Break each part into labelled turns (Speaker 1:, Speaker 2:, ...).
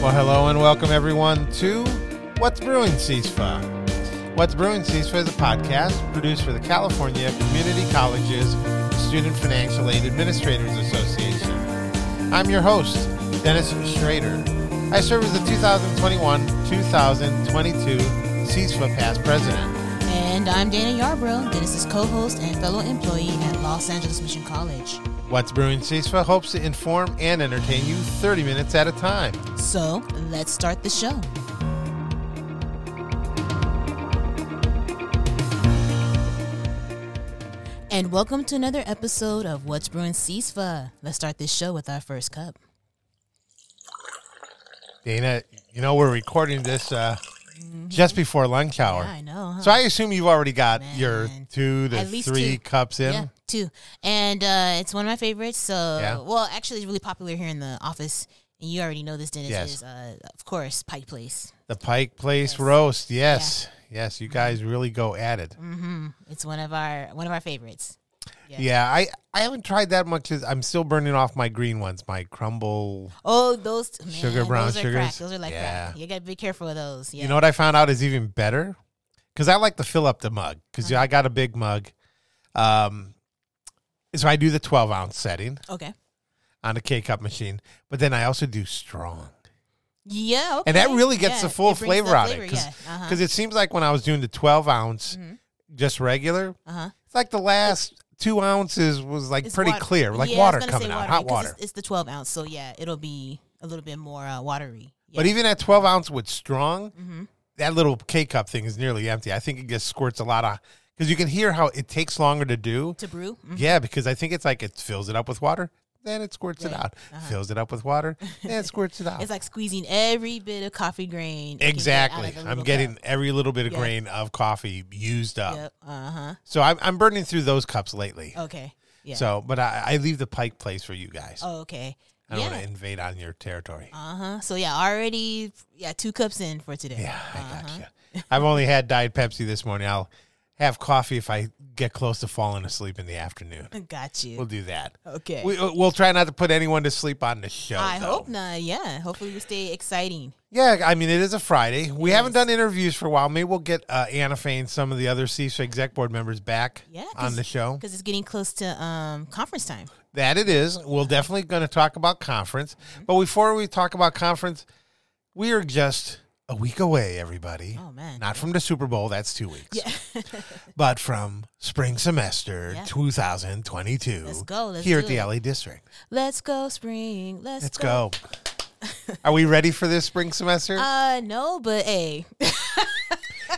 Speaker 1: Well, hello and welcome everyone to What's Brewing CISFA. What's Brewing CISFA is a podcast produced for the California Community Colleges Student Financial Aid Administrators Association. I'm your host, Dennis Schrader. I serve as the 2021-2022 CISFA past president.
Speaker 2: And I'm Dana Yarbrough, Dennis's co host and fellow employee at Los Angeles Mission College.
Speaker 1: What's Brewing CISFA hopes to inform and entertain you 30 minutes at a time.
Speaker 2: So let's start the show. And welcome to another episode of What's Brewing CISFA. Let's start this show with our first cup.
Speaker 1: Dana, you know we're recording this uh, just before lunch hour.
Speaker 2: I know. Huh?
Speaker 1: So I assume you've already got
Speaker 2: Man.
Speaker 1: your two to
Speaker 2: At least
Speaker 1: three
Speaker 2: two.
Speaker 1: cups in.
Speaker 2: Yeah, two. And uh, it's one of my favorites. So,
Speaker 1: Yeah.
Speaker 2: well, actually, it's really popular here in the office. And you already know this, Dennis,
Speaker 1: Yes.
Speaker 2: is, uh, of course, Pike Place.
Speaker 1: The Pike Place roast, yes, yes, you
Speaker 2: Mm-hmm.
Speaker 1: guys really go at it.
Speaker 2: Mm. It's one of our one of our favorites.
Speaker 1: Yeah, I I haven't tried that much. As, I'm still burning off my green ones, my crumble.
Speaker 2: Oh, those man,
Speaker 1: Sugar brown
Speaker 2: those are
Speaker 1: sugars?
Speaker 2: Crack. Those are like
Speaker 1: Yeah.
Speaker 2: crack. You gotta be careful of those. Yeah.
Speaker 1: You know what I found out is even better because I like to fill up the mug because
Speaker 2: Uh-huh.
Speaker 1: I got a big mug. Um, so I do the 12 ounce setting
Speaker 2: okay.
Speaker 1: on the K cup machine, but then I also do strong.
Speaker 2: Yeah. Okay.
Speaker 1: and that really gets
Speaker 2: Yeah,
Speaker 1: the full
Speaker 2: it brings
Speaker 1: flavor
Speaker 2: the
Speaker 1: out of it
Speaker 2: flavor,
Speaker 1: because
Speaker 2: yeah. Uh-huh. Mm-hmm.
Speaker 1: it seems like when I was doing the 12 ounce, just regular,
Speaker 2: Uh-huh.
Speaker 1: it's like the last two ounces was like
Speaker 2: It's
Speaker 1: pretty
Speaker 2: water-
Speaker 1: clear, like
Speaker 2: Yeah, I was
Speaker 1: water
Speaker 2: gonna
Speaker 1: coming
Speaker 2: say
Speaker 1: out,
Speaker 2: watery,
Speaker 1: hot
Speaker 2: 'cause
Speaker 1: water.
Speaker 2: It's, it's the twelve ounce, so yeah, it'll be a little bit more uh, watery. Yeah. Mm-hmm.
Speaker 1: But e- even at 12 ounce with strong, that little K cup thing is nearly empty. I think it just squirts a lot of because you can hear how it takes longer to do.
Speaker 2: to brew, mm,
Speaker 1: Yeah, because I think it's like it fills it up with water, then it squirts it
Speaker 2: Right. uh-huh.
Speaker 1: out, fills it up with water, then it squirts it out.
Speaker 2: it's like squeezing every bit of coffee grain. you can get out of
Speaker 1: Exactly.
Speaker 2: the
Speaker 1: I'm
Speaker 2: little
Speaker 1: getting
Speaker 2: cup.
Speaker 1: every little bit of
Speaker 2: Yeah.
Speaker 1: grain of coffee used up.
Speaker 2: Yep. Uh huh.
Speaker 1: So I'm, I'm burning through those cups lately.
Speaker 2: Okay. Oh, Yeah.
Speaker 1: So, but I, I leave the Pike place for you guys.
Speaker 2: oh, okay.
Speaker 1: I don't want
Speaker 2: Yeah.
Speaker 1: to invade on your territory.
Speaker 2: Uh huh. So yeah, already yeah, two cups in for today. Uh-huh.
Speaker 1: yeah, I gotcha. I've only had Diet Pepsi this morning. I'll have coffee if I get close to falling asleep in the afternoon.
Speaker 2: Got you.
Speaker 1: We'll do that.
Speaker 2: okay.
Speaker 1: We, uh, we'll try not to put anyone to sleep on the show.
Speaker 2: I
Speaker 1: though.
Speaker 2: hope not. Yeah. Hopefully we stay exciting.
Speaker 1: Yeah, I mean, it is a Friday. We haven't done interviews for a while. Maybe we'll get uh, Anna Faye and some of the other CISA exec board members back
Speaker 2: Yeah, 'cause-
Speaker 1: on the show.
Speaker 2: because it's getting close to um, conference time.
Speaker 1: That it is. We're definitely going to talk about conference.
Speaker 2: Mm-hmm.
Speaker 1: But before we talk about conference, we are just a week away, everybody.
Speaker 2: Oh, man.
Speaker 1: Not from the Super Bowl, that's two weeks. but from spring semester
Speaker 2: Yeah.
Speaker 1: 2022.
Speaker 2: Let's go, let's
Speaker 1: here
Speaker 2: do
Speaker 1: at the
Speaker 2: it.
Speaker 1: LA District.
Speaker 2: Let's go spring. Let's,
Speaker 1: Let's go. are we ready for this spring semester?
Speaker 2: Uh, no, but hey,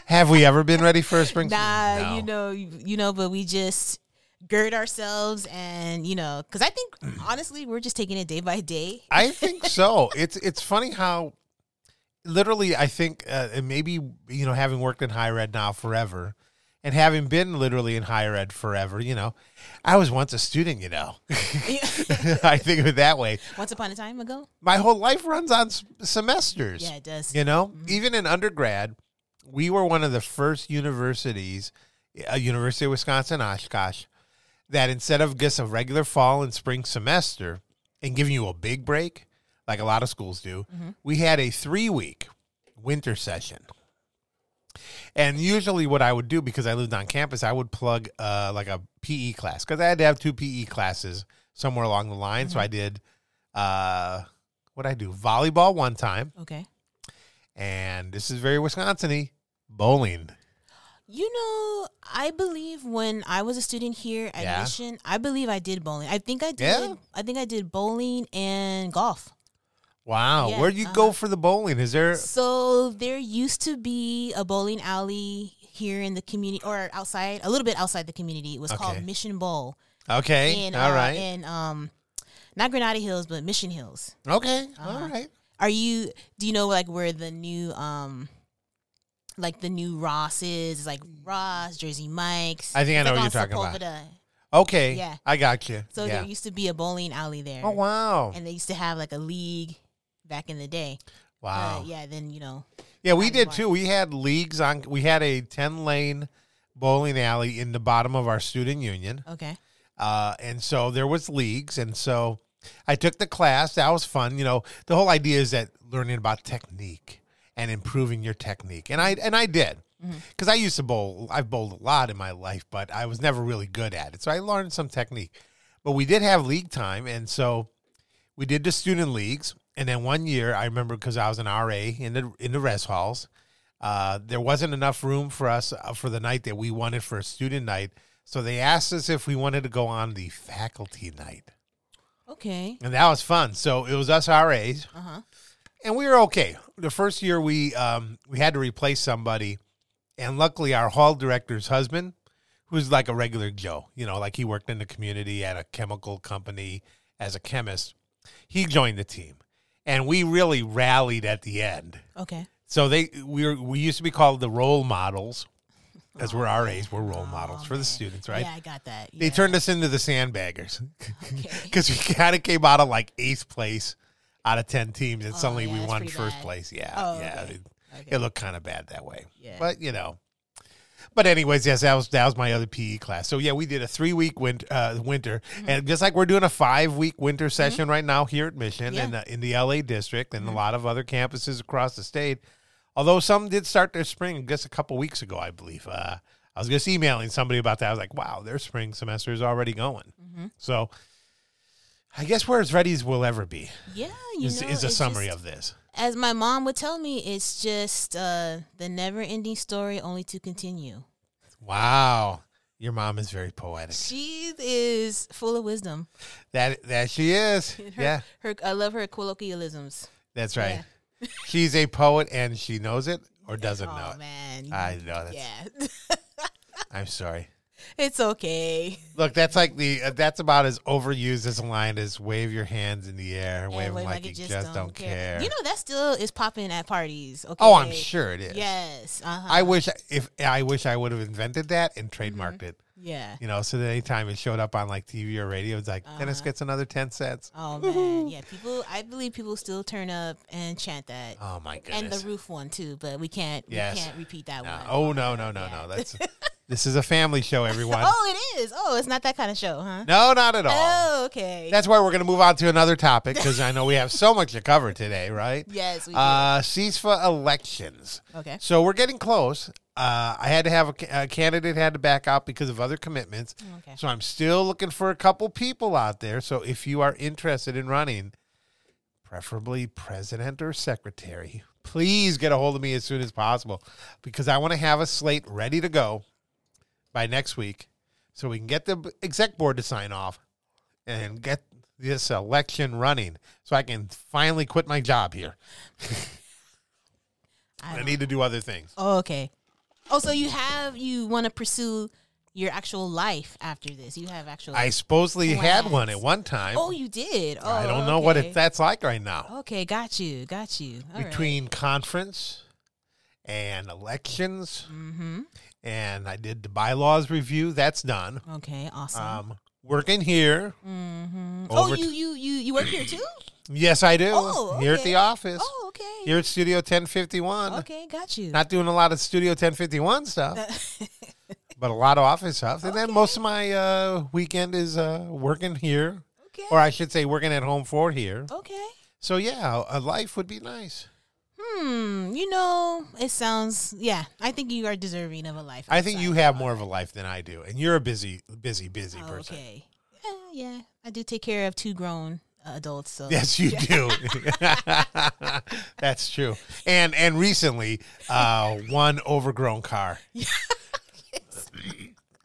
Speaker 1: Have we ever been ready for a spring
Speaker 2: nah,
Speaker 1: semester?
Speaker 2: you know, you, you know, but we just gird ourselves and you know, because I think honestly, we're just taking it day by day.
Speaker 1: I think so. It's it's funny how literally I think uh, and maybe you know having worked in higher ed now forever and having been literally in higher ed forever, you know, I was once a student, you know. I think of it that way.
Speaker 2: Once upon a time ago,
Speaker 1: My whole life runs on s- semesters.
Speaker 2: yeah, it does.
Speaker 1: You know, even in undergrad, we were one of the first universities, uh, University of Wisconsin Oshkosh, that instead of just a regular fall and spring semester and giving you a big break, like a lot of schools do, we had a three week winter session. And usually, what I would do because I lived on campus, I would plug uh, like a PE class because I had to have two PE classes somewhere along the line. So I did uh, what I do volleyball one time
Speaker 2: Okay,
Speaker 1: and this is very Wisconsin-y, bowling.
Speaker 2: you know, I believe when I was a student here at
Speaker 1: Yeah.
Speaker 2: Mission, I believe I did bowling. I think I did.
Speaker 1: Yeah.
Speaker 2: I think I did bowling and golf.
Speaker 1: Wow,
Speaker 2: Yeah, uh-huh.
Speaker 1: where'd you go for the bowling? Is there?
Speaker 2: So there used to be a bowling alley here in the community or outside, a little bit outside the community. It was
Speaker 1: Okay.
Speaker 2: called Mission Bowl.
Speaker 1: Okay,
Speaker 2: In,
Speaker 1: all
Speaker 2: uh,
Speaker 1: right,
Speaker 2: In, um, not Granada Hills, but Mission Hills.
Speaker 1: okay,
Speaker 2: Uh-huh.
Speaker 1: all right.
Speaker 2: Are you, do you know like where the new, um, like the new Ross is? It's like Ross, Jersey Mike's.
Speaker 1: I think I
Speaker 2: It's
Speaker 1: know
Speaker 2: like
Speaker 1: what you're
Speaker 2: on
Speaker 1: talking about.
Speaker 2: Sepulveda.
Speaker 1: Okay,
Speaker 2: Yeah.
Speaker 1: I got you.
Speaker 2: So
Speaker 1: yeah.
Speaker 2: there used to be a bowling alley there.
Speaker 1: oh wow,
Speaker 2: And uh, they used to have like a league back in the day.
Speaker 1: wow.
Speaker 2: But,
Speaker 1: yeah.
Speaker 2: yeah, then, you know,
Speaker 1: we
Speaker 2: Alley
Speaker 1: did
Speaker 2: one.
Speaker 1: too. We had leagues on. We had a ten-lane bowling alley in the bottom of our student union,
Speaker 2: okay.
Speaker 1: uh, and so there was leagues, and so I took the class. That was fun. You know, the whole idea is that learning about technique and improving your technique. And I and I did. Because I used to bowl, I've bowled a lot in my life, but I was never really good at it. So I learned some technique. But we did have league time. And so we did the student leagues. And then one year, I remember because I was an RA in the, in the rest halls, uh, there wasn't enough room for us uh, for the night that we wanted for a student night. So they asked us if we wanted to go on the faculty night.
Speaker 2: Okay.
Speaker 1: And that was fun. So it was us RAs,
Speaker 2: Uh huh.
Speaker 1: and we were okay. The first year we um, we had to replace somebody, and luckily our hall director's husband, who's like a regular Joe, you know, like he worked in the community at a chemical company as a chemist, he joined the team, and we really rallied at the end.
Speaker 2: Okay.
Speaker 1: So they we were, we used to be called the role models, as we're RAs, we're role models for the students, right?
Speaker 2: Oh, Yeah, I got that.
Speaker 1: They
Speaker 2: Yeah.
Speaker 1: turned us into the sandbaggers
Speaker 2: Okay.
Speaker 1: because we kind of came out of like eighth place out of 10 teams and
Speaker 2: Oh,
Speaker 1: suddenly
Speaker 2: yeah,
Speaker 1: we
Speaker 2: that's
Speaker 1: won
Speaker 2: pretty
Speaker 1: first
Speaker 2: bad.
Speaker 1: place yeah
Speaker 2: Oh,
Speaker 1: yeah
Speaker 2: okay.
Speaker 1: it,
Speaker 2: Okay.
Speaker 1: it looked kind of bad that way
Speaker 2: Yeah.
Speaker 1: but you know but anyways yes that was that was my other pe class so yeah we did a three week winter uh, winter
Speaker 2: Mm-hmm.
Speaker 1: and just like we're doing a five week winter session right now here at mission
Speaker 2: Yeah. Mm-hmm.
Speaker 1: and uh, in the la district and a lot of other campuses across the state although some did start their spring i guess a couple weeks ago i believe uh, i was just emailing somebody about that i was like wow their spring semester is already going
Speaker 2: Mm-hmm.
Speaker 1: so I guess we're as ready as we'll ever be.
Speaker 2: yeah, you
Speaker 1: Is,
Speaker 2: know,
Speaker 1: is a
Speaker 2: it's
Speaker 1: summary
Speaker 2: just-
Speaker 1: of this.
Speaker 2: As my mom would tell me, it's just uh, the never-ending story, only to continue.
Speaker 1: Wow, your mom is very poetic.
Speaker 2: She is full of wisdom.
Speaker 1: That that she is.
Speaker 2: Her,
Speaker 1: yeah,
Speaker 2: her I love her colloquialisms.
Speaker 1: that's right. She's a poet and she knows it or doesn't know
Speaker 2: Oh
Speaker 1: it.
Speaker 2: man,
Speaker 1: I know that.
Speaker 2: yeah,
Speaker 1: I'm sorry.
Speaker 2: it's okay.
Speaker 1: Look, that's like the uh, that's about as overused as a line as wave your hands in the air, wave
Speaker 2: And
Speaker 1: them
Speaker 2: wait,
Speaker 1: like, you just, don't, care.
Speaker 2: You know that still is popping at parties. Okay.
Speaker 1: oh, I'm sure it is.
Speaker 2: Yes. Uh-huh.
Speaker 1: I wish if I wish I would have invented that and
Speaker 2: Mm-hmm.
Speaker 1: trademarked it.
Speaker 2: yeah.
Speaker 1: You know, so that anytime it showed up on like TV or radio, it's like Dennis
Speaker 2: Uh-huh.
Speaker 1: gets another ten cents.
Speaker 2: Oh man, yeah. People, I believe people still turn up and chant that,
Speaker 1: Oh my
Speaker 2: Uh-huh. and
Speaker 1: goodness!
Speaker 2: the roof one too. But we can't,
Speaker 1: Yes.
Speaker 2: we can't repeat that
Speaker 1: No.
Speaker 2: one. Oh.
Speaker 1: Oh no no no no! That's this is a family show, everyone.
Speaker 2: it is. Oh, it's not that kind of show, huh?
Speaker 1: No, not at all.
Speaker 2: Oh, okay.
Speaker 1: That's why we're going to move on to another topic because I know we have so much to cover today, right?
Speaker 2: yes. We
Speaker 1: Uh, CISFA elections.
Speaker 2: do. Okay.
Speaker 1: So we're getting close. Uh, I had to have a, ca- a candidate had to back out because of other commitments.
Speaker 2: Mm, Okay.
Speaker 1: So I'm still looking for a couple people out there. So if you are interested in running, preferably president or secretary, please get a hold of me as soon as possible because I want to have a slate ready to go by next week so we can get the b- exec board to sign off and get this election running so I can finally quit my job here.
Speaker 2: I
Speaker 1: I
Speaker 2: don't-
Speaker 1: need to do other things.
Speaker 2: oh, okay. Oh, so you have you want to pursue your actual life after this? You have actual.
Speaker 1: I supposedly had
Speaker 2: Plans.
Speaker 1: one at one time.
Speaker 2: oh, you did. Oh,
Speaker 1: I don't know what
Speaker 2: okay.
Speaker 1: it, that's like right now.
Speaker 2: Okay, got you, got you. All right.
Speaker 1: between conference and elections,
Speaker 2: Mhm.
Speaker 1: and I did the bylaws review. That's done.
Speaker 2: Okay, awesome.
Speaker 1: Um, working here.
Speaker 2: Mhm. Oh,
Speaker 1: over
Speaker 2: you you you you work here too?
Speaker 1: Yes, I do.
Speaker 2: Oh,
Speaker 1: Here at the
Speaker 2: okay.
Speaker 1: office.
Speaker 2: Oh, okay.
Speaker 1: Here at Studio 1051.
Speaker 2: Okay, got you.
Speaker 1: Not doing a lot of Studio 1051 stuff, but a lot of office stuff. And then most of my uh, weekend is uh, working here,
Speaker 2: okay.
Speaker 1: or I should say, working at home for here.
Speaker 2: okay.
Speaker 1: So, yeah, a life would be nice.
Speaker 2: Hmm. You know, it sounds. Yeah, I think you are deserving of a life.
Speaker 1: I think you
Speaker 2: outside.
Speaker 1: have more of a life than I do, and you're a busy, busy, busy
Speaker 2: Oh,
Speaker 1: person.
Speaker 2: okay. Yeah, yeah. I do take care of two grown uh, adults. So
Speaker 1: Yes, you do. That's true. And and recently, uh, one overgrown car.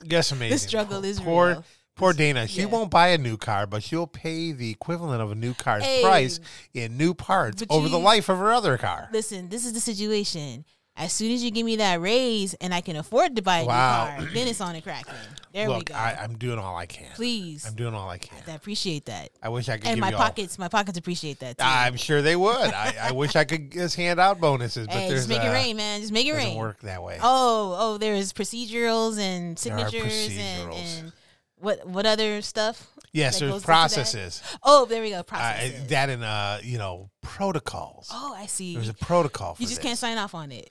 Speaker 1: Yes, amazing.
Speaker 2: struggle is
Speaker 1: poor.
Speaker 2: real.
Speaker 1: Poor Dana, she
Speaker 2: yeah.
Speaker 1: won't buy a new car, but she'll pay the equivalent of a new car's
Speaker 2: Hey.
Speaker 1: price in new parts
Speaker 2: But
Speaker 1: over the
Speaker 2: you-
Speaker 1: life of her other car.
Speaker 2: Listen, this is the situation. As soon as you give me that raise and I can afford to buy a
Speaker 1: Wow.
Speaker 2: new car, then it's on a cracking. There we
Speaker 1: Look,
Speaker 2: go.
Speaker 1: I, I'm doing all I can.
Speaker 2: Please,
Speaker 1: I'm doing all I can.
Speaker 2: I appreciate that.
Speaker 1: I wish I could.
Speaker 2: And
Speaker 1: give
Speaker 2: my
Speaker 1: you all- Ah,
Speaker 2: pockets, my pockets appreciate that too.
Speaker 1: I'm sure they would. I, I wish I could just hand out bonuses, but
Speaker 2: hey,
Speaker 1: there's
Speaker 2: just make
Speaker 1: uh,
Speaker 2: it rain, man. Just make it
Speaker 1: doesn't
Speaker 2: rain.
Speaker 1: work that way.
Speaker 2: Oh, oh, there's procedurals and
Speaker 1: are
Speaker 2: signatures and,
Speaker 1: procedurals.
Speaker 2: and what what other stuff?
Speaker 1: yes,
Speaker 2: that goes
Speaker 1: there's
Speaker 2: into that?
Speaker 1: processes.
Speaker 2: Oh, there we go.
Speaker 1: uh,
Speaker 2: Processes.
Speaker 1: that and uh, you know protocols.
Speaker 2: oh, I see.
Speaker 1: There's a
Speaker 2: You
Speaker 1: protocol for
Speaker 2: just
Speaker 1: this.
Speaker 2: can't sign off on it.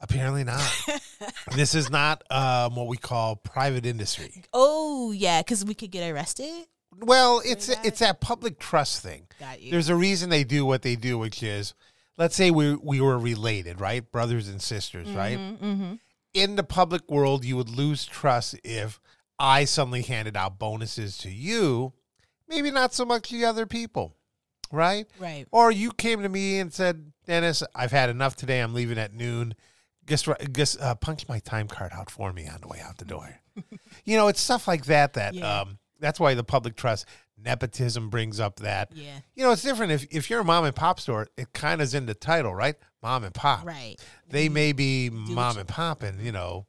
Speaker 1: Apparently not. this is not um, what we call private industry.
Speaker 2: Oh, yeah, because we could get arrested.
Speaker 1: Well, it's
Speaker 2: that?
Speaker 1: it's that public trust thing.
Speaker 2: Got you.
Speaker 1: There's a reason they do what they do, which is, let's say we we were related, right, brothers and sisters, right.
Speaker 2: Mm-hmm.
Speaker 1: In the public world, you would lose trust if I suddenly handed out bonuses to you, maybe not so much the other people, right?
Speaker 2: Right.
Speaker 1: Or you came to me and said, Dennis, I've had enough today. I'm leaving at noon. Guess what? Guess uh, punch my time card out for me on the way out the door. you know, it's stuff like that that
Speaker 2: Yeah.
Speaker 1: um, that's why the public trust nepotism brings up that.
Speaker 2: Yeah.
Speaker 1: You know, it's different if if you're a mom and pop store. It kind of is in the title, right? Mom and pop.
Speaker 2: Right.
Speaker 1: They may be
Speaker 2: what
Speaker 1: mom
Speaker 2: you-
Speaker 1: and pop, and you know,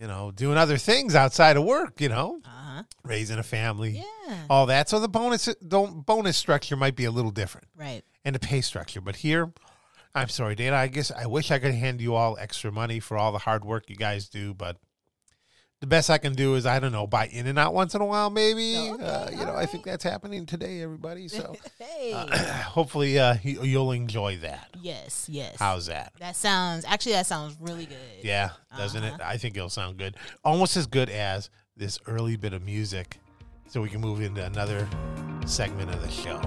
Speaker 1: you know, doing other things outside of work. You know,
Speaker 2: Uh huh.
Speaker 1: raising a family,
Speaker 2: Yeah.
Speaker 1: all that. So the bonus don't bonus structure might be a little different
Speaker 2: Right.
Speaker 1: and the pay structure. But here, I'm sorry, Dana. I guess I wish I could hand you all extra money for all the hard work you guys do, but the best I can do is I don't know, buy in and out once in a while, maybe.
Speaker 2: Oh, okay,
Speaker 1: uh, you know,
Speaker 2: all
Speaker 1: I
Speaker 2: right.
Speaker 1: think that's happening today, everybody. So
Speaker 2: Hey.
Speaker 1: uh, hopefully, uh, you, you'll enjoy that.
Speaker 2: yes. Yes.
Speaker 1: How's that?
Speaker 2: That sounds actually that sounds really good.
Speaker 1: Yeah, doesn't it? I think it'll sound good, almost as good as this early bit of music. So we can move into another segment of the show.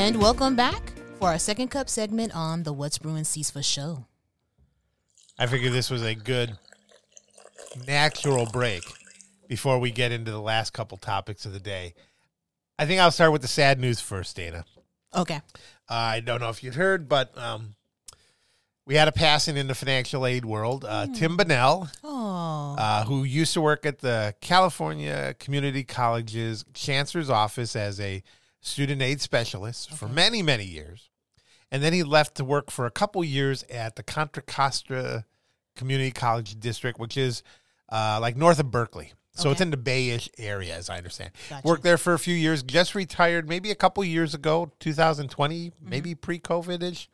Speaker 2: And welcome back for our second cup segment on the What's Brewing Ceasefa show.
Speaker 1: I figured this was a good natural break before we get into the last couple topics of the day. I think I'll start with the sad news first, Dana.
Speaker 2: Okay.
Speaker 1: Uh, I don't know if you'd heard, but um, we had a passing in the financial aid world. Uh, Tim Bonnell,
Speaker 2: Oh.
Speaker 1: uh, who used to work at the California Community College's Chancellor's Office as a student aid specialist for many, many years. And then he left to work for a couple years at the Contra Costa Community College District, which is uh, like north of Berkeley. So it's
Speaker 2: Okay.
Speaker 1: in the Bayish area, as I understand.
Speaker 2: Gotcha.
Speaker 1: Worked there for a few years, just retired maybe a couple years ago, 2020,
Speaker 2: Mm-hmm.
Speaker 1: maybe pre COVID ish.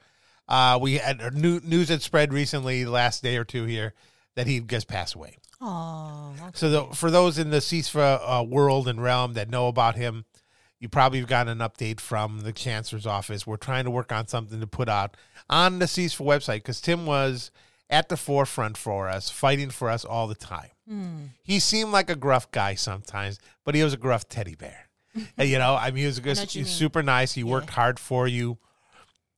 Speaker 1: Uh, we had uh, new, news had spread recently, the last day or two here, that he just passed away.
Speaker 2: oh.
Speaker 1: So the, for those in the CISFA uh, world and realm that know about him, you probably have gotten an update from the chancellor's office. We're trying to work on something to put out on the CISFA website because Tim was at the forefront for us, fighting for us all the time.
Speaker 2: Hmm.
Speaker 1: He seemed like a gruff guy sometimes, but he was a gruff teddy bear. And, you know, I mean, he was,
Speaker 2: what
Speaker 1: just,
Speaker 2: you
Speaker 1: he was
Speaker 2: mean.
Speaker 1: super nice. He worked hard for you.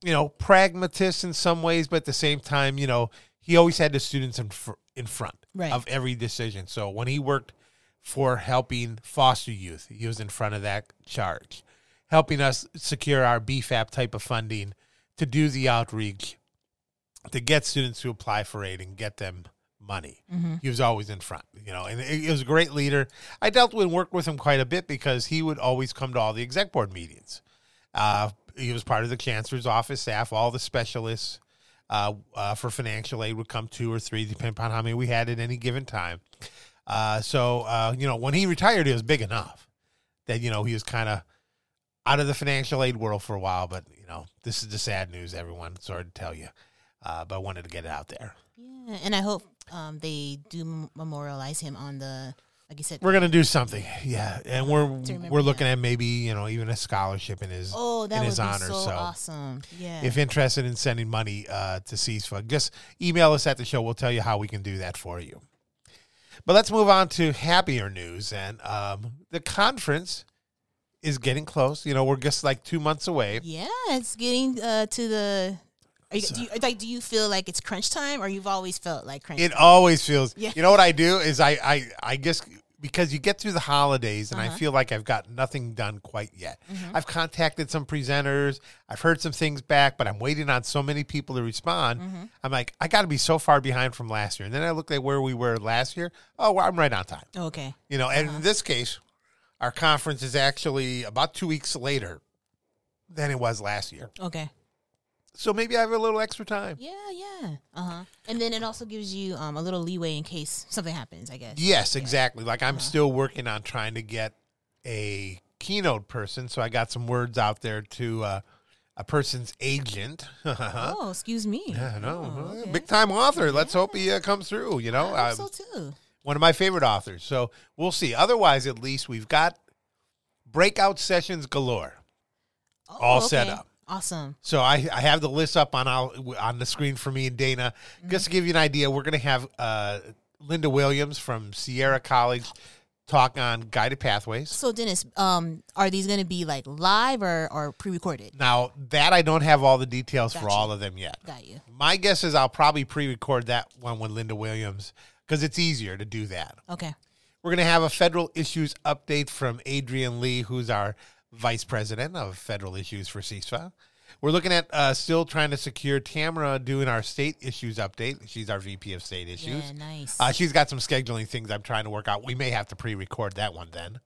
Speaker 1: You know, pragmatist in some ways, but at the same time, you know, he always had the students in, fr- in front
Speaker 2: Right.
Speaker 1: of every decision. So when he worked for helping foster youth, he was in front of that charge, helping us secure our BFAP type of funding to do the outreach, to get students to apply for aid and get them money. He was always in front, you know, and he he was a great leader. I dealt with and worked with him quite a bit because he would always come to all the exec board meetings. Uh, he was part of the chancellor's office staff. All the specialists uh, uh, for financial aid would come two or three, depending upon how many we had at any given time. Uh, so, uh, you know, when he retired, it was big enough that, you know, he was kind of out of the financial aid world for a while. But, you know, this is the sad news, everyone. Sorry to tell you, uh, but I wanted to get it out there.
Speaker 2: Yeah. And I hope um, they do mem- memorialize him on the like you said.
Speaker 1: We're going to do something. Yeah. And we're
Speaker 2: To remember
Speaker 1: we're looking at maybe, you know, even a scholarship in his
Speaker 2: oh, that
Speaker 1: in
Speaker 2: would
Speaker 1: his
Speaker 2: be
Speaker 1: honor,
Speaker 2: so,
Speaker 1: so
Speaker 2: awesome. Yeah.
Speaker 1: if interested in sending money uh, to CSFA, just email us at the show. We'll tell you how we can do that for you. But let's move on to happier news. And um, the conference is getting close. You know, we're just like two months away.
Speaker 2: yeah, it's getting uh, to the. Are you, do you, like, do you feel like it's crunch time, or you've always felt like crunch?
Speaker 1: It always feels.
Speaker 2: Yeah.
Speaker 1: You know what I do is I I I guess because you get through the holidays and I feel like I've got nothing done quite yet. I've contacted some presenters. I've heard some things back, but I'm waiting on so many people to respond. I'm like, I got to be so far behind from last year. And then I looked at where we were last year. Oh, well, I'm right on time.
Speaker 2: okay.
Speaker 1: You know, and in this case, our conference is actually about two weeks later than it was last year.
Speaker 2: Okay.
Speaker 1: So maybe I have a little extra time.
Speaker 2: Yeah, yeah. Uh huh. And then it also gives you um, a little leeway in case something happens, I guess.
Speaker 1: Yes, exactly. Like I'm still working on trying to get a keynote person, so I got some words out there to uh, a person's agent.
Speaker 2: Oh, excuse me.
Speaker 1: I know,
Speaker 2: Oh,
Speaker 1: huh?
Speaker 2: okay.
Speaker 1: big time author. Let's hope he uh, comes through. You know,
Speaker 2: I
Speaker 1: Um,
Speaker 2: hope so too.
Speaker 1: one of my favorite authors. So we'll see. Otherwise, at least we've got breakout sessions galore.
Speaker 2: Oh,
Speaker 1: all set
Speaker 2: okay.
Speaker 1: up.
Speaker 2: Awesome.
Speaker 1: So I, I have the list up on our, on the screen for me and Dana.
Speaker 2: Mm-hmm.
Speaker 1: Just to give you an idea, we're going to have uh, Linda Williams from Sierra College talk on guided pathways.
Speaker 2: So Dennis, um, are these going to be like live or or pre-recorded?
Speaker 1: Now that I don't have all the details for
Speaker 2: Gotcha.
Speaker 1: all of them yet.
Speaker 2: Got you.
Speaker 1: My guess is I'll probably pre-record that one with Linda Williams because it's easier to do that.
Speaker 2: Okay.
Speaker 1: We're going to have a federal issues update from Adrian Lee, who's our vice president of federal issues for CISFA. We're looking at uh, still trying to secure Tamara doing our state issues update. She's our VP of state issues.
Speaker 2: Yeah, nice.
Speaker 1: Uh, she's got some scheduling things I'm trying to work out. We may have to pre record that one then.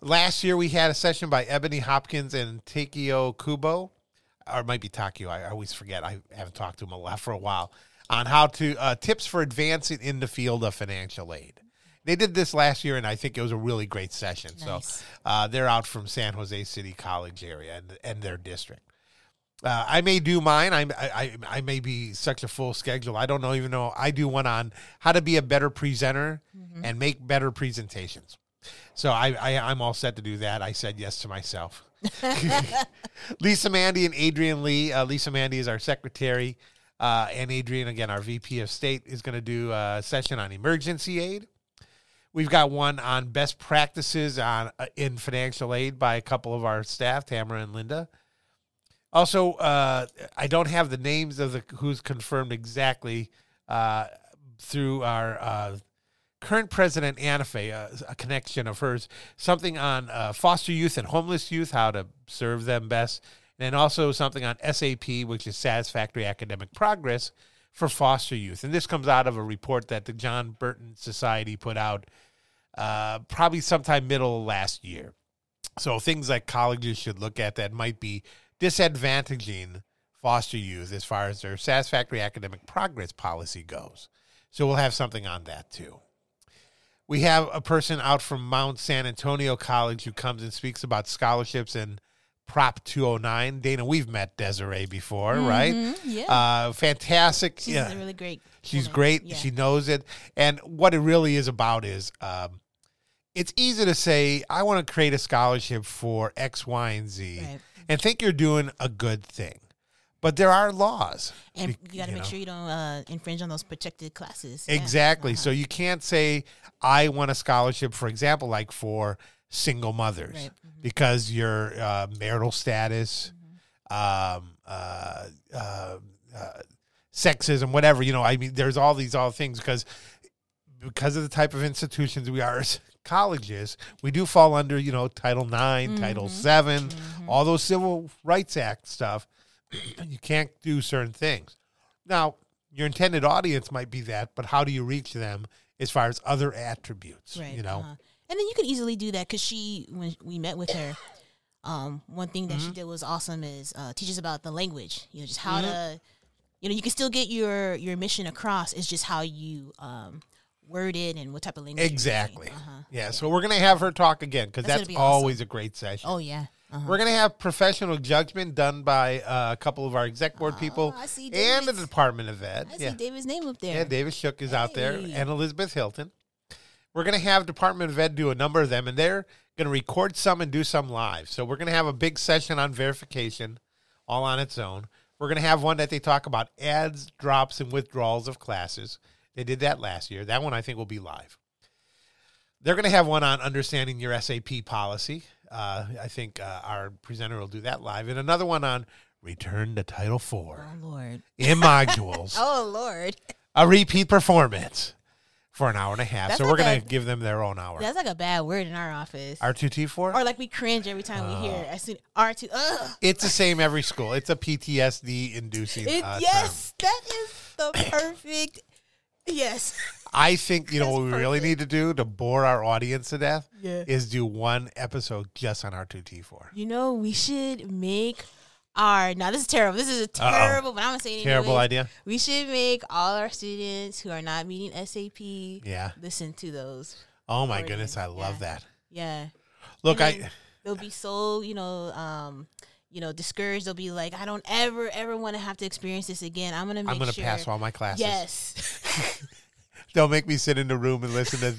Speaker 1: Last year, we had a session by Ebony Hopkins and Takio Kubo, or it might be Takio. I always forget. I haven't talked to him a lot for a while on how to uh, tips for advancing in the field of financial aid. They did this last year, and I think it was a really great session.
Speaker 2: Nice.
Speaker 1: So uh, they're out from San Jose City College area and, and their district. Uh, I may do mine. I'm, I, I I may be such a full schedule. I don't know even know. I do one on how to be a better presenter and make better presentations. So I, I I'm all set to do that. I said yes to myself. Lisa Mandy and Adrian Lee. Uh, Lisa Mandy is our secretary, uh, and Adrian again, our VP of State, is going to do a session on emergency aid. We've got one on best practices on uh, in financial aid by a couple of our staff, Tamara and Linda. Also, uh, I don't have the names of the who's confirmed exactly uh, through our uh, current president Anafe, uh, a connection of hers, something on uh, foster youth and homeless youth, how to serve them best, and then also something on SAP, which is satisfactory academic progress for foster youth. And this comes out of a report that the John Burton Society put out uh, probably sometime middle of last year. So things like colleges should look at that might be disadvantaging foster youth as far as their satisfactory academic progress policy goes. So we'll have something on that too. We have a person out from Mount San Antonio College who comes and speaks about scholarships and Prop 209. Dana, we've met Desiree before, right?
Speaker 2: Mhm, yeah.
Speaker 1: Uh, fantastic.
Speaker 2: She's
Speaker 1: yeah.
Speaker 2: a really great.
Speaker 1: She's
Speaker 2: woman.
Speaker 1: great.
Speaker 2: Yeah.
Speaker 1: She knows it. And what it really is about is um, it's easy to say, I want to create a scholarship for X, Y, and Z
Speaker 2: Right.
Speaker 1: and think you're doing a good thing. But there are laws.
Speaker 2: and
Speaker 1: Be-
Speaker 2: you got to
Speaker 1: you
Speaker 2: make
Speaker 1: know.
Speaker 2: sure you don't uh, infringe on those protected classes. Yeah. Uh-huh.
Speaker 1: Exactly. So you can't say, I want a scholarship, for example, like for single mothers
Speaker 2: Right. Mm-hmm.
Speaker 1: because your uh, marital status,
Speaker 2: Mm-hmm.
Speaker 1: um, uh, uh, uh, sexism, whatever, you know, I mean, there's all these all things because because of the type of institutions we are as colleges, we do fall under, you know, Title IX, Title
Speaker 2: Mm-hmm.
Speaker 1: VII, all those Civil Rights Act stuff. you can't do certain things. Now, your intended audience might be that, but how do you reach them as far as other attributes?
Speaker 2: Right.
Speaker 1: You know,
Speaker 2: uh-huh. And then you can easily do that because she, when we met with her, um, one thing that she
Speaker 1: Mm-hmm.
Speaker 2: did was awesome is uh, teaches about the language. You know, just how to,
Speaker 1: Mm-hmm.
Speaker 2: you know, you can still get your your mission across. It's just how you um, word it and what type of language. you're using.
Speaker 1: exactly.
Speaker 2: Uh-huh.
Speaker 1: Yeah. So we're gonna have her talk again because
Speaker 2: That's
Speaker 1: that's,
Speaker 2: gonna be awesome.
Speaker 1: always a great session.
Speaker 2: Oh yeah. Uh-huh.
Speaker 1: We're gonna have professional judgment done by uh, a couple of our exec board people
Speaker 2: I see
Speaker 1: and the
Speaker 2: David's-
Speaker 1: Department of Ed.
Speaker 2: I see
Speaker 1: yeah.
Speaker 2: David's name up
Speaker 1: Yeah,
Speaker 2: there.
Speaker 1: David Shook is out there,
Speaker 2: Hey.
Speaker 1: and Elizabeth Hilton. We're going to have Department of Ed do a number of them, and they're going to record some and do some live. So we're going to have a big session on verification, all on its own. We're going to have one that they talk about ads, drops, and withdrawals of classes. They did that last year. That one I think will be live. They're going to have one on understanding your SAP policy. Uh, I think uh, our presenter will do that live, and another one on return to Title IV
Speaker 2: oh Lord.
Speaker 1: in modules
Speaker 2: Oh Lord.
Speaker 1: a repeat performance for an hour and a half.
Speaker 2: That's
Speaker 1: so we're
Speaker 2: like
Speaker 1: gonna
Speaker 2: a-
Speaker 1: give them their own hour.
Speaker 2: That's like a bad word in our office.
Speaker 1: R two T four.
Speaker 2: or like we cringe every time we
Speaker 1: Uh.
Speaker 2: hear it. I see R two. Ugh.
Speaker 1: It's the same every school. It's a PTSD inducing.
Speaker 2: It,
Speaker 1: uh,
Speaker 2: yes, that is the perfect. Yes.
Speaker 1: term. I think you know
Speaker 2: That's
Speaker 1: what we really
Speaker 2: perfect.
Speaker 1: need to do to bore our audience to death
Speaker 2: Yeah.
Speaker 1: is do one episode just on R two T four.
Speaker 2: You know, we should make our. Now, this is terrible. This is a terrible, but I'm going to say it
Speaker 1: Terrible
Speaker 2: anyway.
Speaker 1: idea.
Speaker 2: We should make all our students who are not meeting SAP
Speaker 1: Yeah.
Speaker 2: listen to those.
Speaker 1: Oh my
Speaker 2: Or-
Speaker 1: goodness, I love
Speaker 2: yeah.
Speaker 1: that.
Speaker 2: Yeah.
Speaker 1: Look,
Speaker 2: And
Speaker 1: I
Speaker 2: then They'll be so, you know, um, you know, discouraged. They'll be like, I don't ever, ever want to have to experience this again. I'm going to make
Speaker 1: I'm gonna
Speaker 2: sure.
Speaker 1: pass all my classes.
Speaker 2: Yes.
Speaker 1: Don't make me sit in the room and listen to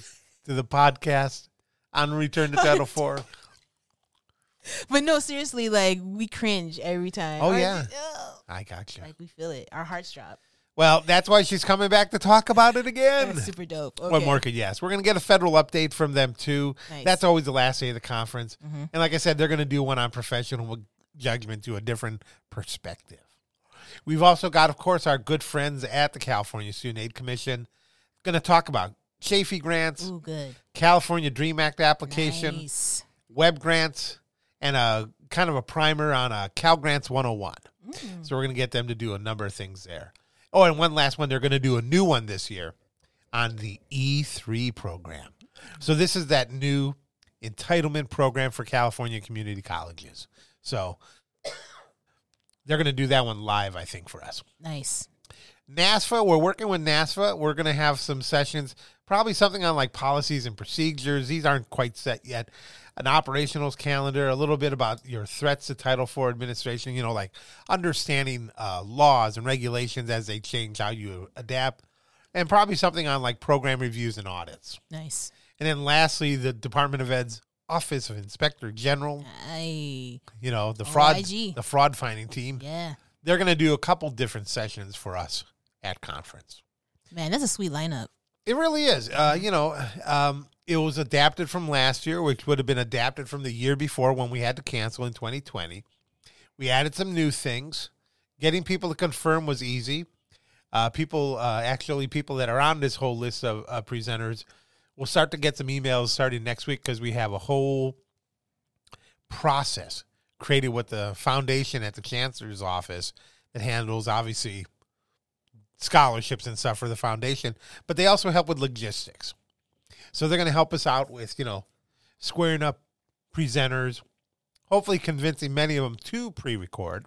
Speaker 1: to the podcast on Return to Title Four.
Speaker 2: but no, seriously, like we cringe every time.
Speaker 1: Oh,
Speaker 2: Our-
Speaker 1: yeah.
Speaker 2: Ugh.
Speaker 1: I got you.
Speaker 2: like we feel it. Our hearts drop.
Speaker 1: Well, that's why she's coming back to talk about it again.
Speaker 2: That's super dope. Okay.
Speaker 1: One more could yes. We're going to get a federal update from them too.
Speaker 2: Nice. Mm-hmm.
Speaker 1: That's always the last day of the conference. And like I said, they're going to do one on professional judgment to a different perspective. We've also got, of course, our good friends at the California Student Aid Commission going to talk about Chafee grants,
Speaker 2: Ooh, good.
Speaker 1: California Dream Act application,
Speaker 2: Nice.
Speaker 1: web grants, and a kind of a primer on uh, Cal Grants 101. So we're going to get them to do a number of things there. Oh, and one last one. They're going to do a new one this year on the E3 program. So this is that new entitlement program for California community colleges. So they're going to do that one live, I think, for us.
Speaker 2: Nice.
Speaker 1: NASFA, we're working with NASFA. We're going to have some sessions, probably something on like policies and procedures. These aren't quite set yet. An operationals calendar, a little bit about your threats to Title IV administration, you know, like understanding uh, laws and regulations as they change, how you adapt, and probably something on like program reviews and audits.
Speaker 2: Nice.
Speaker 1: And then lastly, the Department of Ed's Office of Inspector General,
Speaker 2: I
Speaker 1: you know, the fraud,
Speaker 2: OIG.
Speaker 1: the fraud finding team.
Speaker 2: yeah.
Speaker 1: They're going to do a couple different sessions for us at conference.
Speaker 2: Man, that's a sweet lineup.
Speaker 1: It really is. Uh, you know, um, it was adapted from last year, which would have been adapted from the year before when we had to cancel in 2020. We added some new things. Getting people to confirm was easy. Uh, people, uh, actually, people that are on this whole list of uh, presenters will start to get some emails starting next week because we have a whole process created with the foundation at the chancellor's office that handles, obviously, scholarships and stuff for the foundation, but they also help with logistics. So they're going to help us out with, you know, squaring up presenters, hopefully convincing many of them to pre record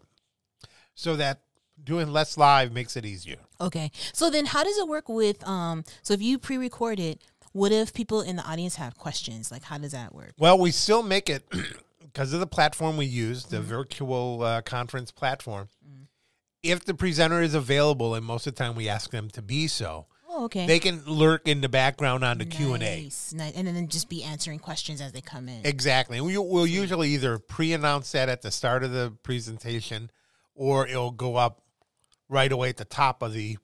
Speaker 1: so that doing less live makes it easier.
Speaker 2: Okay. So then how does it work with um so if you pre record it, what if people in the audience have questions? Like how does that work?
Speaker 1: Well, we still make it because of the platform we use, the virtual uh, conference platform. If the presenter is available, and most of the time we ask them to be so,
Speaker 2: Oh, okay.
Speaker 1: they can lurk in the background on the Q and A.
Speaker 2: Nice, nice. And then just be answering questions as they come in.
Speaker 1: Exactly. We, we'll usually either pre announce that at the start of the presentation or it'll go up right away at the top of the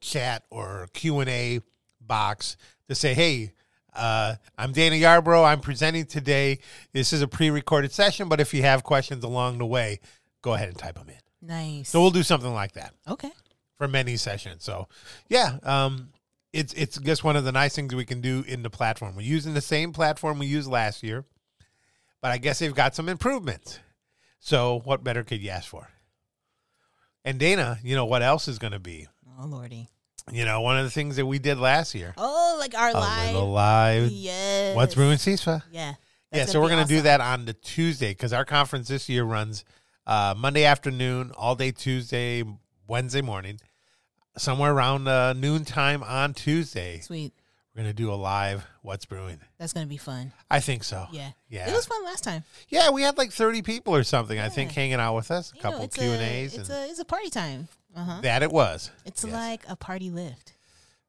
Speaker 1: chat or Q&A box to say, hey, uh, I'm Dana Yarbrough. I'm presenting today. This is a pre recorded session, but if you have questions along the way, go ahead and type them in.
Speaker 2: nice.
Speaker 1: So we'll do something like that
Speaker 2: okay.
Speaker 1: for many sessions. So, yeah, um, it's it's just one of the nice things we can do in the platform. We're using the same platform we used last year, but I guess they've got some improvements. So, what better could you ask for? And Dana, you know what else is going to be?
Speaker 2: Oh lordy.
Speaker 1: You know, one of the things that we did last year,
Speaker 2: Oh, like our
Speaker 1: a
Speaker 2: live.
Speaker 1: little live.
Speaker 2: Yes.
Speaker 1: What's ruined CISFA?
Speaker 2: Yeah.
Speaker 1: Yeah,
Speaker 2: That's
Speaker 1: so we're
Speaker 2: be
Speaker 1: going to do
Speaker 2: awesome.
Speaker 1: that on the Tuesday because our conference this year runs uh, Monday afternoon, all day Tuesday, Wednesday morning, somewhere around uh, noontime on Tuesday.
Speaker 2: Sweet.
Speaker 1: We're going to do a live What's Brewing.
Speaker 2: That's gonna be fun.
Speaker 1: I think so.
Speaker 2: Yeah.
Speaker 1: Yeah.
Speaker 2: It was fun last time.
Speaker 1: Yeah, we had like 30 people or something, I think,
Speaker 2: Yeah.
Speaker 1: hanging out with us, a
Speaker 2: You know,
Speaker 1: couple
Speaker 2: it's a-
Speaker 1: Q&As.
Speaker 2: It's
Speaker 1: and
Speaker 2: a it's a party time. Uh huh.
Speaker 1: that it was.
Speaker 2: It's
Speaker 1: Yes.
Speaker 2: like a party lift.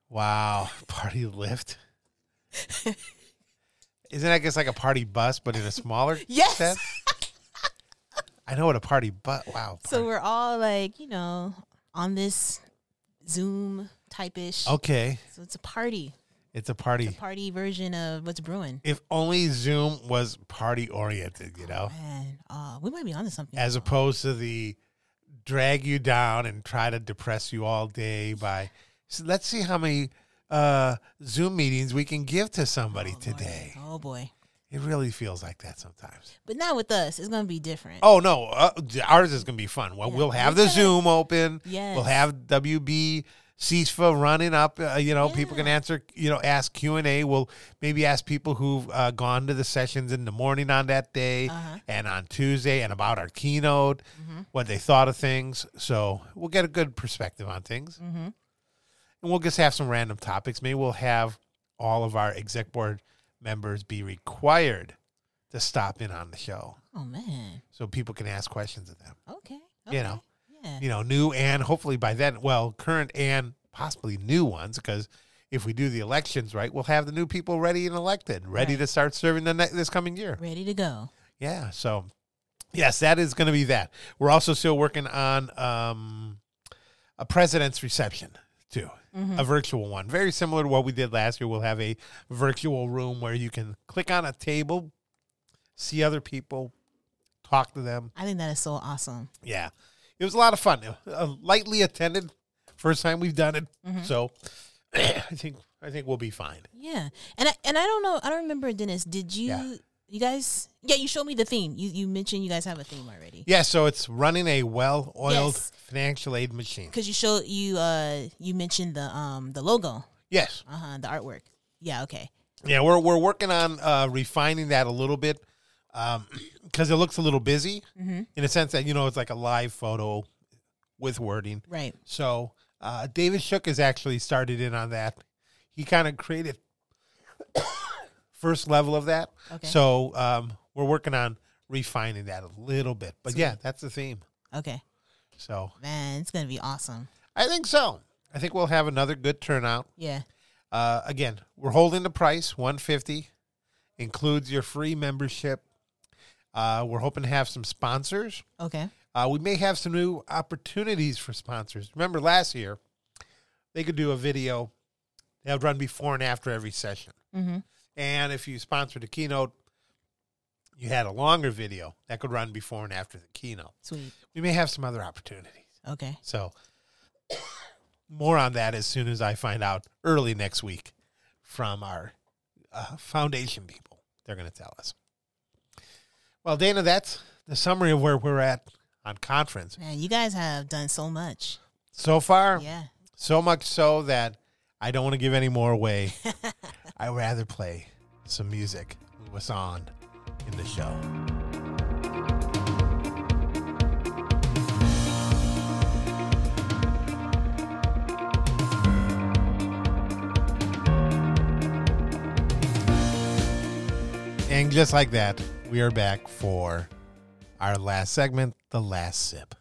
Speaker 1: Wow. Party lift. Isn't that just like a party bus, but in a smaller
Speaker 2: Yes.
Speaker 1: set? I know what a party bus. Wow.
Speaker 2: So we're all like, you know, on this Zoom type ish.
Speaker 1: Okay,
Speaker 2: So it's a party,
Speaker 1: it's a party.
Speaker 2: party version of what's brewing.
Speaker 1: if only Zoom was party oriented, you know,
Speaker 2: Man, uh, we might be onto something.
Speaker 1: Oh. as opposed to the drag you down and try to depress you all day by so let's see how many uh Zoom meetings we can give to somebody
Speaker 2: Oh, Lord.
Speaker 1: today.
Speaker 2: Oh boy.
Speaker 1: It really feels like that sometimes.
Speaker 2: But not with us. It's gonna be different.
Speaker 1: Oh no, uh, ours is going to be fun. Well,
Speaker 2: Yeah.
Speaker 1: we'll have
Speaker 2: We're
Speaker 1: the
Speaker 2: gonna-
Speaker 1: Zoom open.
Speaker 2: Yes.
Speaker 1: We'll have WB CISFA running up. Uh, you know, people can
Speaker 2: Yeah.
Speaker 1: answer. You know, ask Q and A. We'll maybe ask people who've uh, gone to the sessions in the morning on that day
Speaker 2: Uh-huh. Mm-hmm.
Speaker 1: and on Tuesday, and about our keynote, what they thought of things. So we'll get a good perspective on things, and
Speaker 2: Mhm.
Speaker 1: we'll just have some random topics. Maybe we'll have all of our exec board members be required to stop in on the show
Speaker 2: Oh man.
Speaker 1: so people can ask questions of them
Speaker 2: Okay.
Speaker 1: You
Speaker 2: okay.
Speaker 1: know.
Speaker 2: Yeah.
Speaker 1: you know, new and hopefully by then, well, current and possibly new ones, because if we do the elections right, we'll have the new people ready and elected, ready
Speaker 2: Right.
Speaker 1: to start serving the ne- this coming year.
Speaker 2: Ready to go.
Speaker 1: Yeah. So, yes, that is going to be that. We're also still working on um, a president's reception too, a virtual one, very similar to what we did last year. We'll have a virtual room where you can click on a table, see other people, talk to them.
Speaker 2: I think that is so awesome.
Speaker 1: Yeah, it was a lot of fun. Uh, lightly attended, first time we've done it. So, I think I think we'll be fine.
Speaker 2: Yeah, and I and I don't know. I don't remember Dennis. Did you?
Speaker 1: Yeah.
Speaker 2: You guys? Yeah, you showed me the theme. You you mentioned you guys have a theme already
Speaker 1: Yeah, so it's running a well-oiled
Speaker 2: Yes.
Speaker 1: financial aid machine.
Speaker 2: because you showed you uh you mentioned the um the logo
Speaker 1: Yes.
Speaker 2: uh huh the artwork. Yeah. Okay.
Speaker 1: Yeah, we're we're working on uh, refining that a little bit because it looks a little busy in a sense that you know it's like a live photo with wording.
Speaker 2: Right.
Speaker 1: So uh, David Shook has actually started in on that. He kind of created first level of that.
Speaker 2: Okay.
Speaker 1: So um, we're working on refining that a little bit. But yeah, that's the theme.
Speaker 2: Okay.
Speaker 1: So
Speaker 2: Man, it's gonna be awesome.
Speaker 1: I think so. I think we'll have another good turnout.
Speaker 2: Yeah.
Speaker 1: Uh, again, we're holding the price 150 includes your free membership. Uh, we're hoping to have some sponsors.
Speaker 2: Okay.
Speaker 1: Uh, we may have some new opportunities for sponsors. Remember last year, they could do a video that would run before and after every session.
Speaker 2: Mm-hmm.
Speaker 1: And if you sponsored a keynote, you had a longer video that could run before and after the keynote.
Speaker 2: Sweet.
Speaker 1: We may have some other opportunities.
Speaker 2: Okay.
Speaker 1: So, more on that as soon as I find out early next week from our uh, foundation people. They're going to tell us. Well, Dana, that's the summary of where we're at on conference.
Speaker 2: Man, you guys have done so much.
Speaker 1: So far,
Speaker 2: Yeah.
Speaker 1: so much so that I don't want to give any more away. I'd rather play some music. What's on in the show? And just like that, we are back for our last segment, the last sip.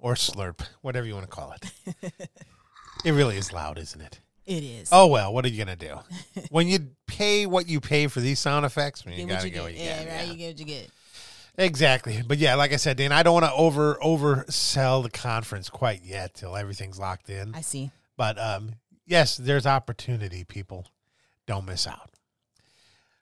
Speaker 1: Or slurp, whatever you want to call it. it really is loud, isn't it?
Speaker 2: It is.
Speaker 1: Oh well, what are you gonna do? when you pay what you pay for these sound effects, I mean, you
Speaker 2: Get what
Speaker 1: gotta
Speaker 2: you
Speaker 1: get
Speaker 2: get.
Speaker 1: what you get.
Speaker 2: yeah, right.
Speaker 1: yeah.
Speaker 2: You get what you get.
Speaker 1: Exactly. But yeah, like I said, Dan, I don't want to over oversell the conference quite yet till everything's locked in.
Speaker 2: I see.
Speaker 1: But um, yes, there's opportunity, people. Don't miss out.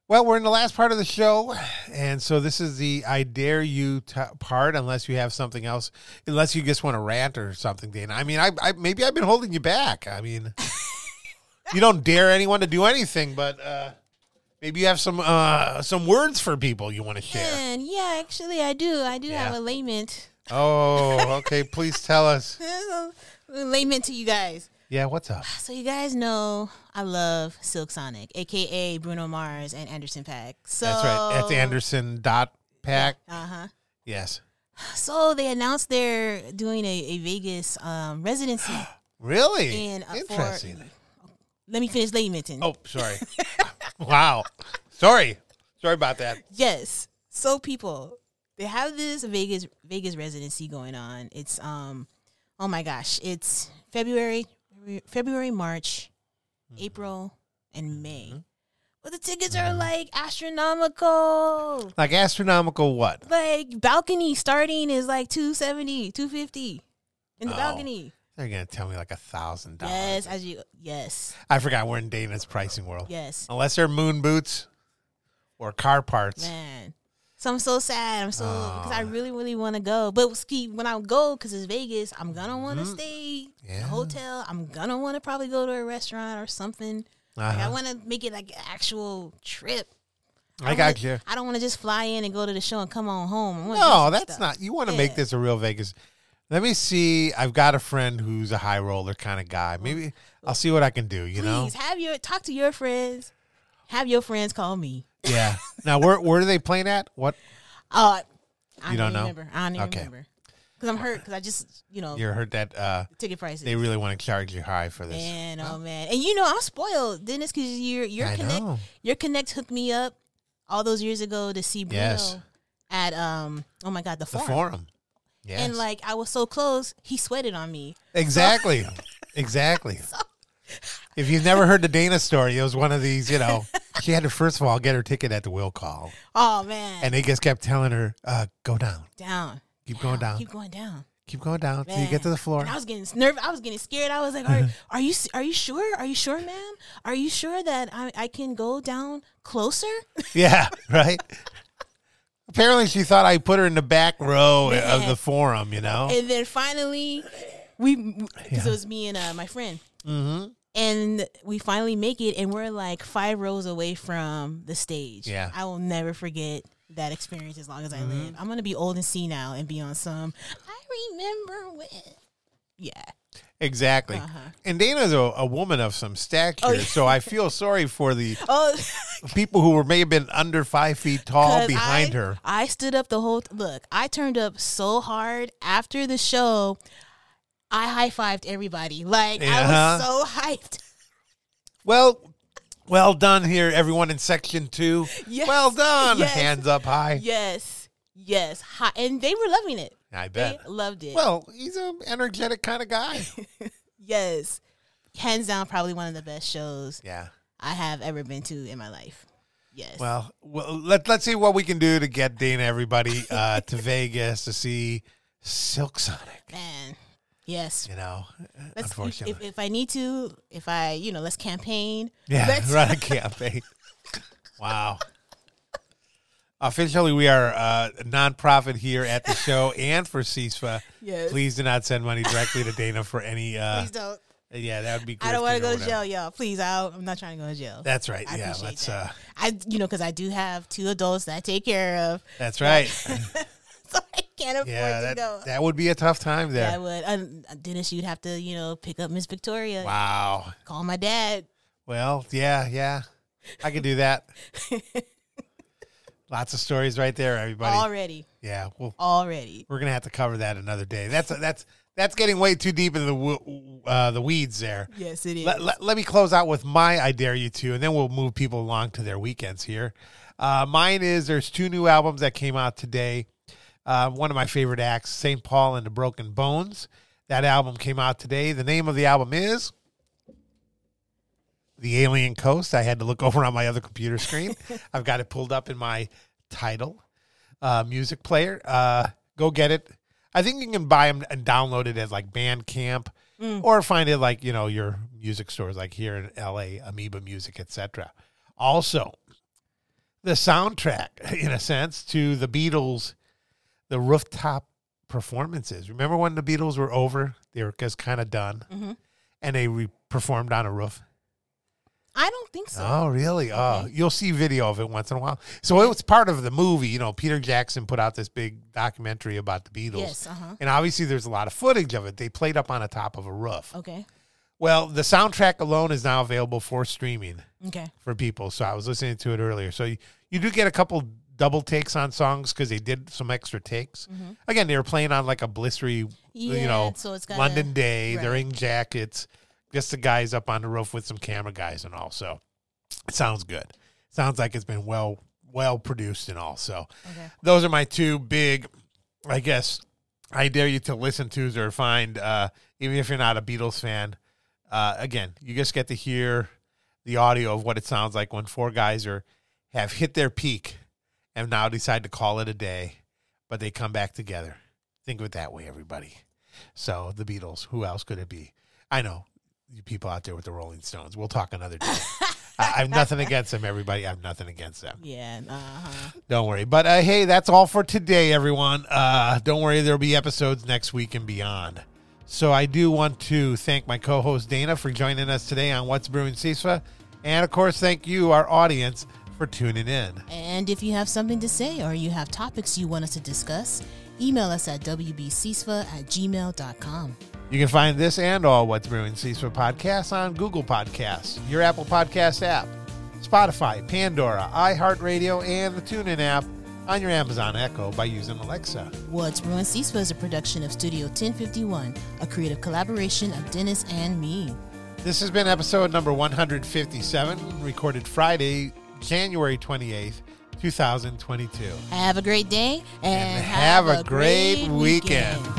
Speaker 1: Well, we're in the last part of the show. And so this is the I dare you t- part, unless you have something else, unless you just want to rant or something, Dana. I mean, I, I maybe I've been holding you back. I mean, you don't dare anyone to do anything, but uh, maybe you have some uh, some words for people you want to share.
Speaker 2: Man, yeah, actually, I do. I do have
Speaker 1: Yeah.
Speaker 2: a lament.
Speaker 1: Oh, okay. Please tell us.
Speaker 2: a lament to you guys.
Speaker 1: Yeah, what's up?
Speaker 2: So you guys know I love Silk Sonic, aka Bruno Mars and Anderson Pack. So
Speaker 1: That's right. That's Anderson dot pack.
Speaker 2: Uh huh.
Speaker 1: Yes.
Speaker 2: So they announced they're doing a, a Vegas um, residency.
Speaker 1: Really?
Speaker 2: And, uh, for-
Speaker 1: Interesting.
Speaker 2: Let me finish lamenting.
Speaker 1: oh, sorry. wow. Sorry. Sorry about that.
Speaker 2: Yes. So people, they have this Vegas Vegas residency going on. It's um oh my gosh, it's February February, March,
Speaker 1: Mm-hmm.
Speaker 2: April, and May. But the tickets are like astronomical.
Speaker 1: Like astronomical what?
Speaker 2: Like balcony starting is like 270, 250 in the
Speaker 1: Oh.
Speaker 2: balcony.
Speaker 1: They're gonna tell me like a thousand dollars.
Speaker 2: Yes, as you yes.
Speaker 1: I forgot we're in Dana's pricing world.
Speaker 2: Yes.
Speaker 1: Unless they're moon boots or car parts.
Speaker 2: Man. So I'm so sad. I'm so because I really, really want to go. But ski when I go because it's Vegas, I'm gonna want to stay in
Speaker 1: Mm-hmm. Yeah.
Speaker 2: a hotel. I'm gonna want to probably go to a restaurant or something. Like, I
Speaker 1: Uh-huh.
Speaker 2: want to make it like an actual trip.
Speaker 1: I
Speaker 2: wanna-
Speaker 1: got you.
Speaker 2: I don't want to just fly in and go to the show and come on home. I wanna do
Speaker 1: No,
Speaker 2: some
Speaker 1: that's
Speaker 2: stuff.
Speaker 1: not. You want to
Speaker 2: Yeah.
Speaker 1: make this a real Vegas. Let me see. I've got a friend who's a high roller kind of
Speaker 2: Oh,
Speaker 1: guy. Maybe I'll see what I can do. You know?
Speaker 2: Please have your talk to your friends. Have your friends call me.
Speaker 1: Yeah. Now, where where are they playing at? What?
Speaker 2: Uh, I
Speaker 1: You don't know?
Speaker 2: remember. I don't even
Speaker 1: Okay.
Speaker 2: remember because I'm hurt because I just you know
Speaker 1: You heard that? Uh,
Speaker 2: ticket prices.
Speaker 1: they really want to charge you high for this.
Speaker 2: Man, oh man, and you know I'm spoiled, Dennis, because your your
Speaker 1: I
Speaker 2: connect
Speaker 1: know.
Speaker 2: your connect hooked me up all those years ago to see Bruno
Speaker 1: Yes.
Speaker 2: at um oh my god the
Speaker 1: The
Speaker 2: forum.
Speaker 1: forum. Yes.
Speaker 2: and like I was so close, he sweated on me.
Speaker 1: Exactly. exactly. If you've never heard the Dana story, it was one of these, you know, she had to first of all get her ticket at the will call,
Speaker 2: Oh man,
Speaker 1: and they just kept telling her, uh, "Go down,
Speaker 2: down,
Speaker 1: keep going down,
Speaker 2: keep going down.
Speaker 1: keep going down till you
Speaker 2: Man.
Speaker 1: get to the floor."
Speaker 2: And I was getting nervous. I was getting scared. I was like, "Are, are you s- are you sure? Are you sure, ma'am? Are you sure that I, I can go down closer?"
Speaker 1: yeah, right. Apparently, she thought I put her in the back row of
Speaker 2: Man.
Speaker 1: the forum. You know,
Speaker 2: and then finally, we because it was me and uh, my friend,
Speaker 1: mm-hmm.
Speaker 2: and we finally make it, and we're like five rows away from the stage.
Speaker 1: Yeah. Mm-hmm.
Speaker 2: I will never forget that experience as long as I live. I'm gonna be old and senile and be on some. I remember when. Yeah.
Speaker 1: exactly.
Speaker 2: Uh-huh.
Speaker 1: And Dana's a, a woman of some stature,
Speaker 2: Oh, yeah.
Speaker 1: so I feel sorry for the
Speaker 2: Oh.
Speaker 1: people who were may have been under five feet tall
Speaker 2: 'Cause
Speaker 1: behind
Speaker 2: I,
Speaker 1: her.
Speaker 2: I stood up the whole look. I turned up so hard after the show. I high fived everybody. Like I
Speaker 1: Uh-huh.
Speaker 2: was so hyped.
Speaker 1: Well, well done here, everyone in section two.
Speaker 2: Yes.
Speaker 1: Well done.
Speaker 2: Yes.
Speaker 1: Hands up high.
Speaker 2: Yes, yes, hi, and they were loving it.
Speaker 1: I
Speaker 2: They
Speaker 1: bet.
Speaker 2: loved it.
Speaker 1: Well, he's an energetic kind of guy.
Speaker 2: yes, hands down, probably one of the best shows
Speaker 1: yeah.
Speaker 2: I have ever been to in my life. Yes.
Speaker 1: Well, well let, let's see what we can do to get Dana, everybody, uh, to Vegas to see Silk Sonic,
Speaker 2: man. Yes.
Speaker 1: you know,
Speaker 2: Let's,
Speaker 1: unfortunately.
Speaker 2: if, if I need to, if I, you know, let's campaign.
Speaker 1: Yeah,
Speaker 2: Let's-
Speaker 1: run a campaign. wow. Officially, we are uh, a nonprofit here at the show and for CISFA.
Speaker 2: Yes.
Speaker 1: Please do not send money directly to Dana for any. Uh,
Speaker 2: Please don't.
Speaker 1: yeah, that would be.
Speaker 2: I
Speaker 1: grifting
Speaker 2: don't want
Speaker 1: or
Speaker 2: to go to
Speaker 1: whatever.
Speaker 2: jail, y'all. Please, I, I'm not trying to go to jail.
Speaker 1: That's right.
Speaker 2: I
Speaker 1: yeah,
Speaker 2: appreciate
Speaker 1: let's.
Speaker 2: that.
Speaker 1: Uh,
Speaker 2: I, you know, because I do have two adults that I take care of,
Speaker 1: that's right.
Speaker 2: so I can't afford
Speaker 1: yeah,
Speaker 2: to go.
Speaker 1: that, that would be a tough time there.
Speaker 2: Yeah, I would. Um, Dennis, you'd have to, you know, pick up Miss Victoria,
Speaker 1: wow.
Speaker 2: call my dad.
Speaker 1: Well, yeah, yeah, I could do that. Lots of stories right there, everybody.
Speaker 2: Already,
Speaker 1: yeah, well,
Speaker 2: already.
Speaker 1: we're gonna have to cover that another day. That's that's that's getting way too deep into the wo- uh, the weeds there.
Speaker 2: Yes, it is.
Speaker 1: Let, let, let me close out with my I Dare You To, and then we'll move people along to their weekends here. Uh, mine is there's two new albums that came out today. Uh, one of my favorite acts, St. Paul and the Broken Bones. That album came out today. The name of the album is The Alien Coast. I had to look over on my other computer screen. I've got it pulled up in my title uh, music player. Uh, go get it. I think you can buy them and download it as like Bandcamp or find it like you know your music stores like here in LA, Amoeba Music, etc. Also, the soundtrack in a sense to the Beatles, the rooftop performances. Remember when the Beatles were over? They were just kind of done,
Speaker 2: Mhm.
Speaker 1: and they re- performed on a roof.
Speaker 2: I don't think so.
Speaker 1: Oh, really? Oh, you'll see video of it once in a while. So it was part of the movie. You know, Peter Jackson put out this big documentary about the Beatles.
Speaker 2: yes. Uh huh.
Speaker 1: And obviously, there's a lot of footage of it. They played up on the top of a roof.
Speaker 2: Okay.
Speaker 1: Well, the soundtrack alone is now available for streaming
Speaker 2: Okay.
Speaker 1: for people. So I was listening to it earlier. So you, you do get a couple double takes on songs because they did some extra takes. Again, they were playing on like a blistery, you
Speaker 2: Mm-hmm. Yeah,
Speaker 1: know,
Speaker 2: so it's gotta-
Speaker 1: London day. They're
Speaker 2: right.
Speaker 1: in jackets. Just the guys up on the roof with some camera guys and all. So it sounds good. Sounds like it's been well well produced and all. So
Speaker 2: Okay.
Speaker 1: those are my two big, I guess, I dare you to listen to or find, uh, even if you're not a Beatles fan. Uh, again, you just get to hear the audio of what it sounds like when four guys are have hit their peak and now decide to call it a day, but they come back together. Think of it that way, everybody. So the Beatles, who else could it be? I know you people out there with the Rolling Stones. We'll talk another day. I, I have nothing against them, everybody. I have nothing against them.
Speaker 2: Yeah. Uh huh.
Speaker 1: Don't worry. But uh, hey, that's all for today, everyone. Uh, don't worry, there'll be episodes next week and beyond. So I do want to thank my co-host Dana for joining us today on What's Brewing CISFA. And of course, thank you, our audience, for tuning in.
Speaker 2: And if you have something to say or you have topics you want us to discuss, email us at wbcsfa at gmail.com.
Speaker 1: You can find this and all What's Brewing CISFA podcasts on Google Podcasts, your Apple Podcast app, Spotify, Pandora, iHeartRadio, and the TuneIn app on your Amazon Echo by using Alexa.
Speaker 2: What's Ruin CISPA is a production of Studio 1051, a creative collaboration of Dennis and me.
Speaker 1: This has been episode number 157, recorded Friday, January 28th, 2022.
Speaker 2: Have a great day and,
Speaker 1: And have a great weekend.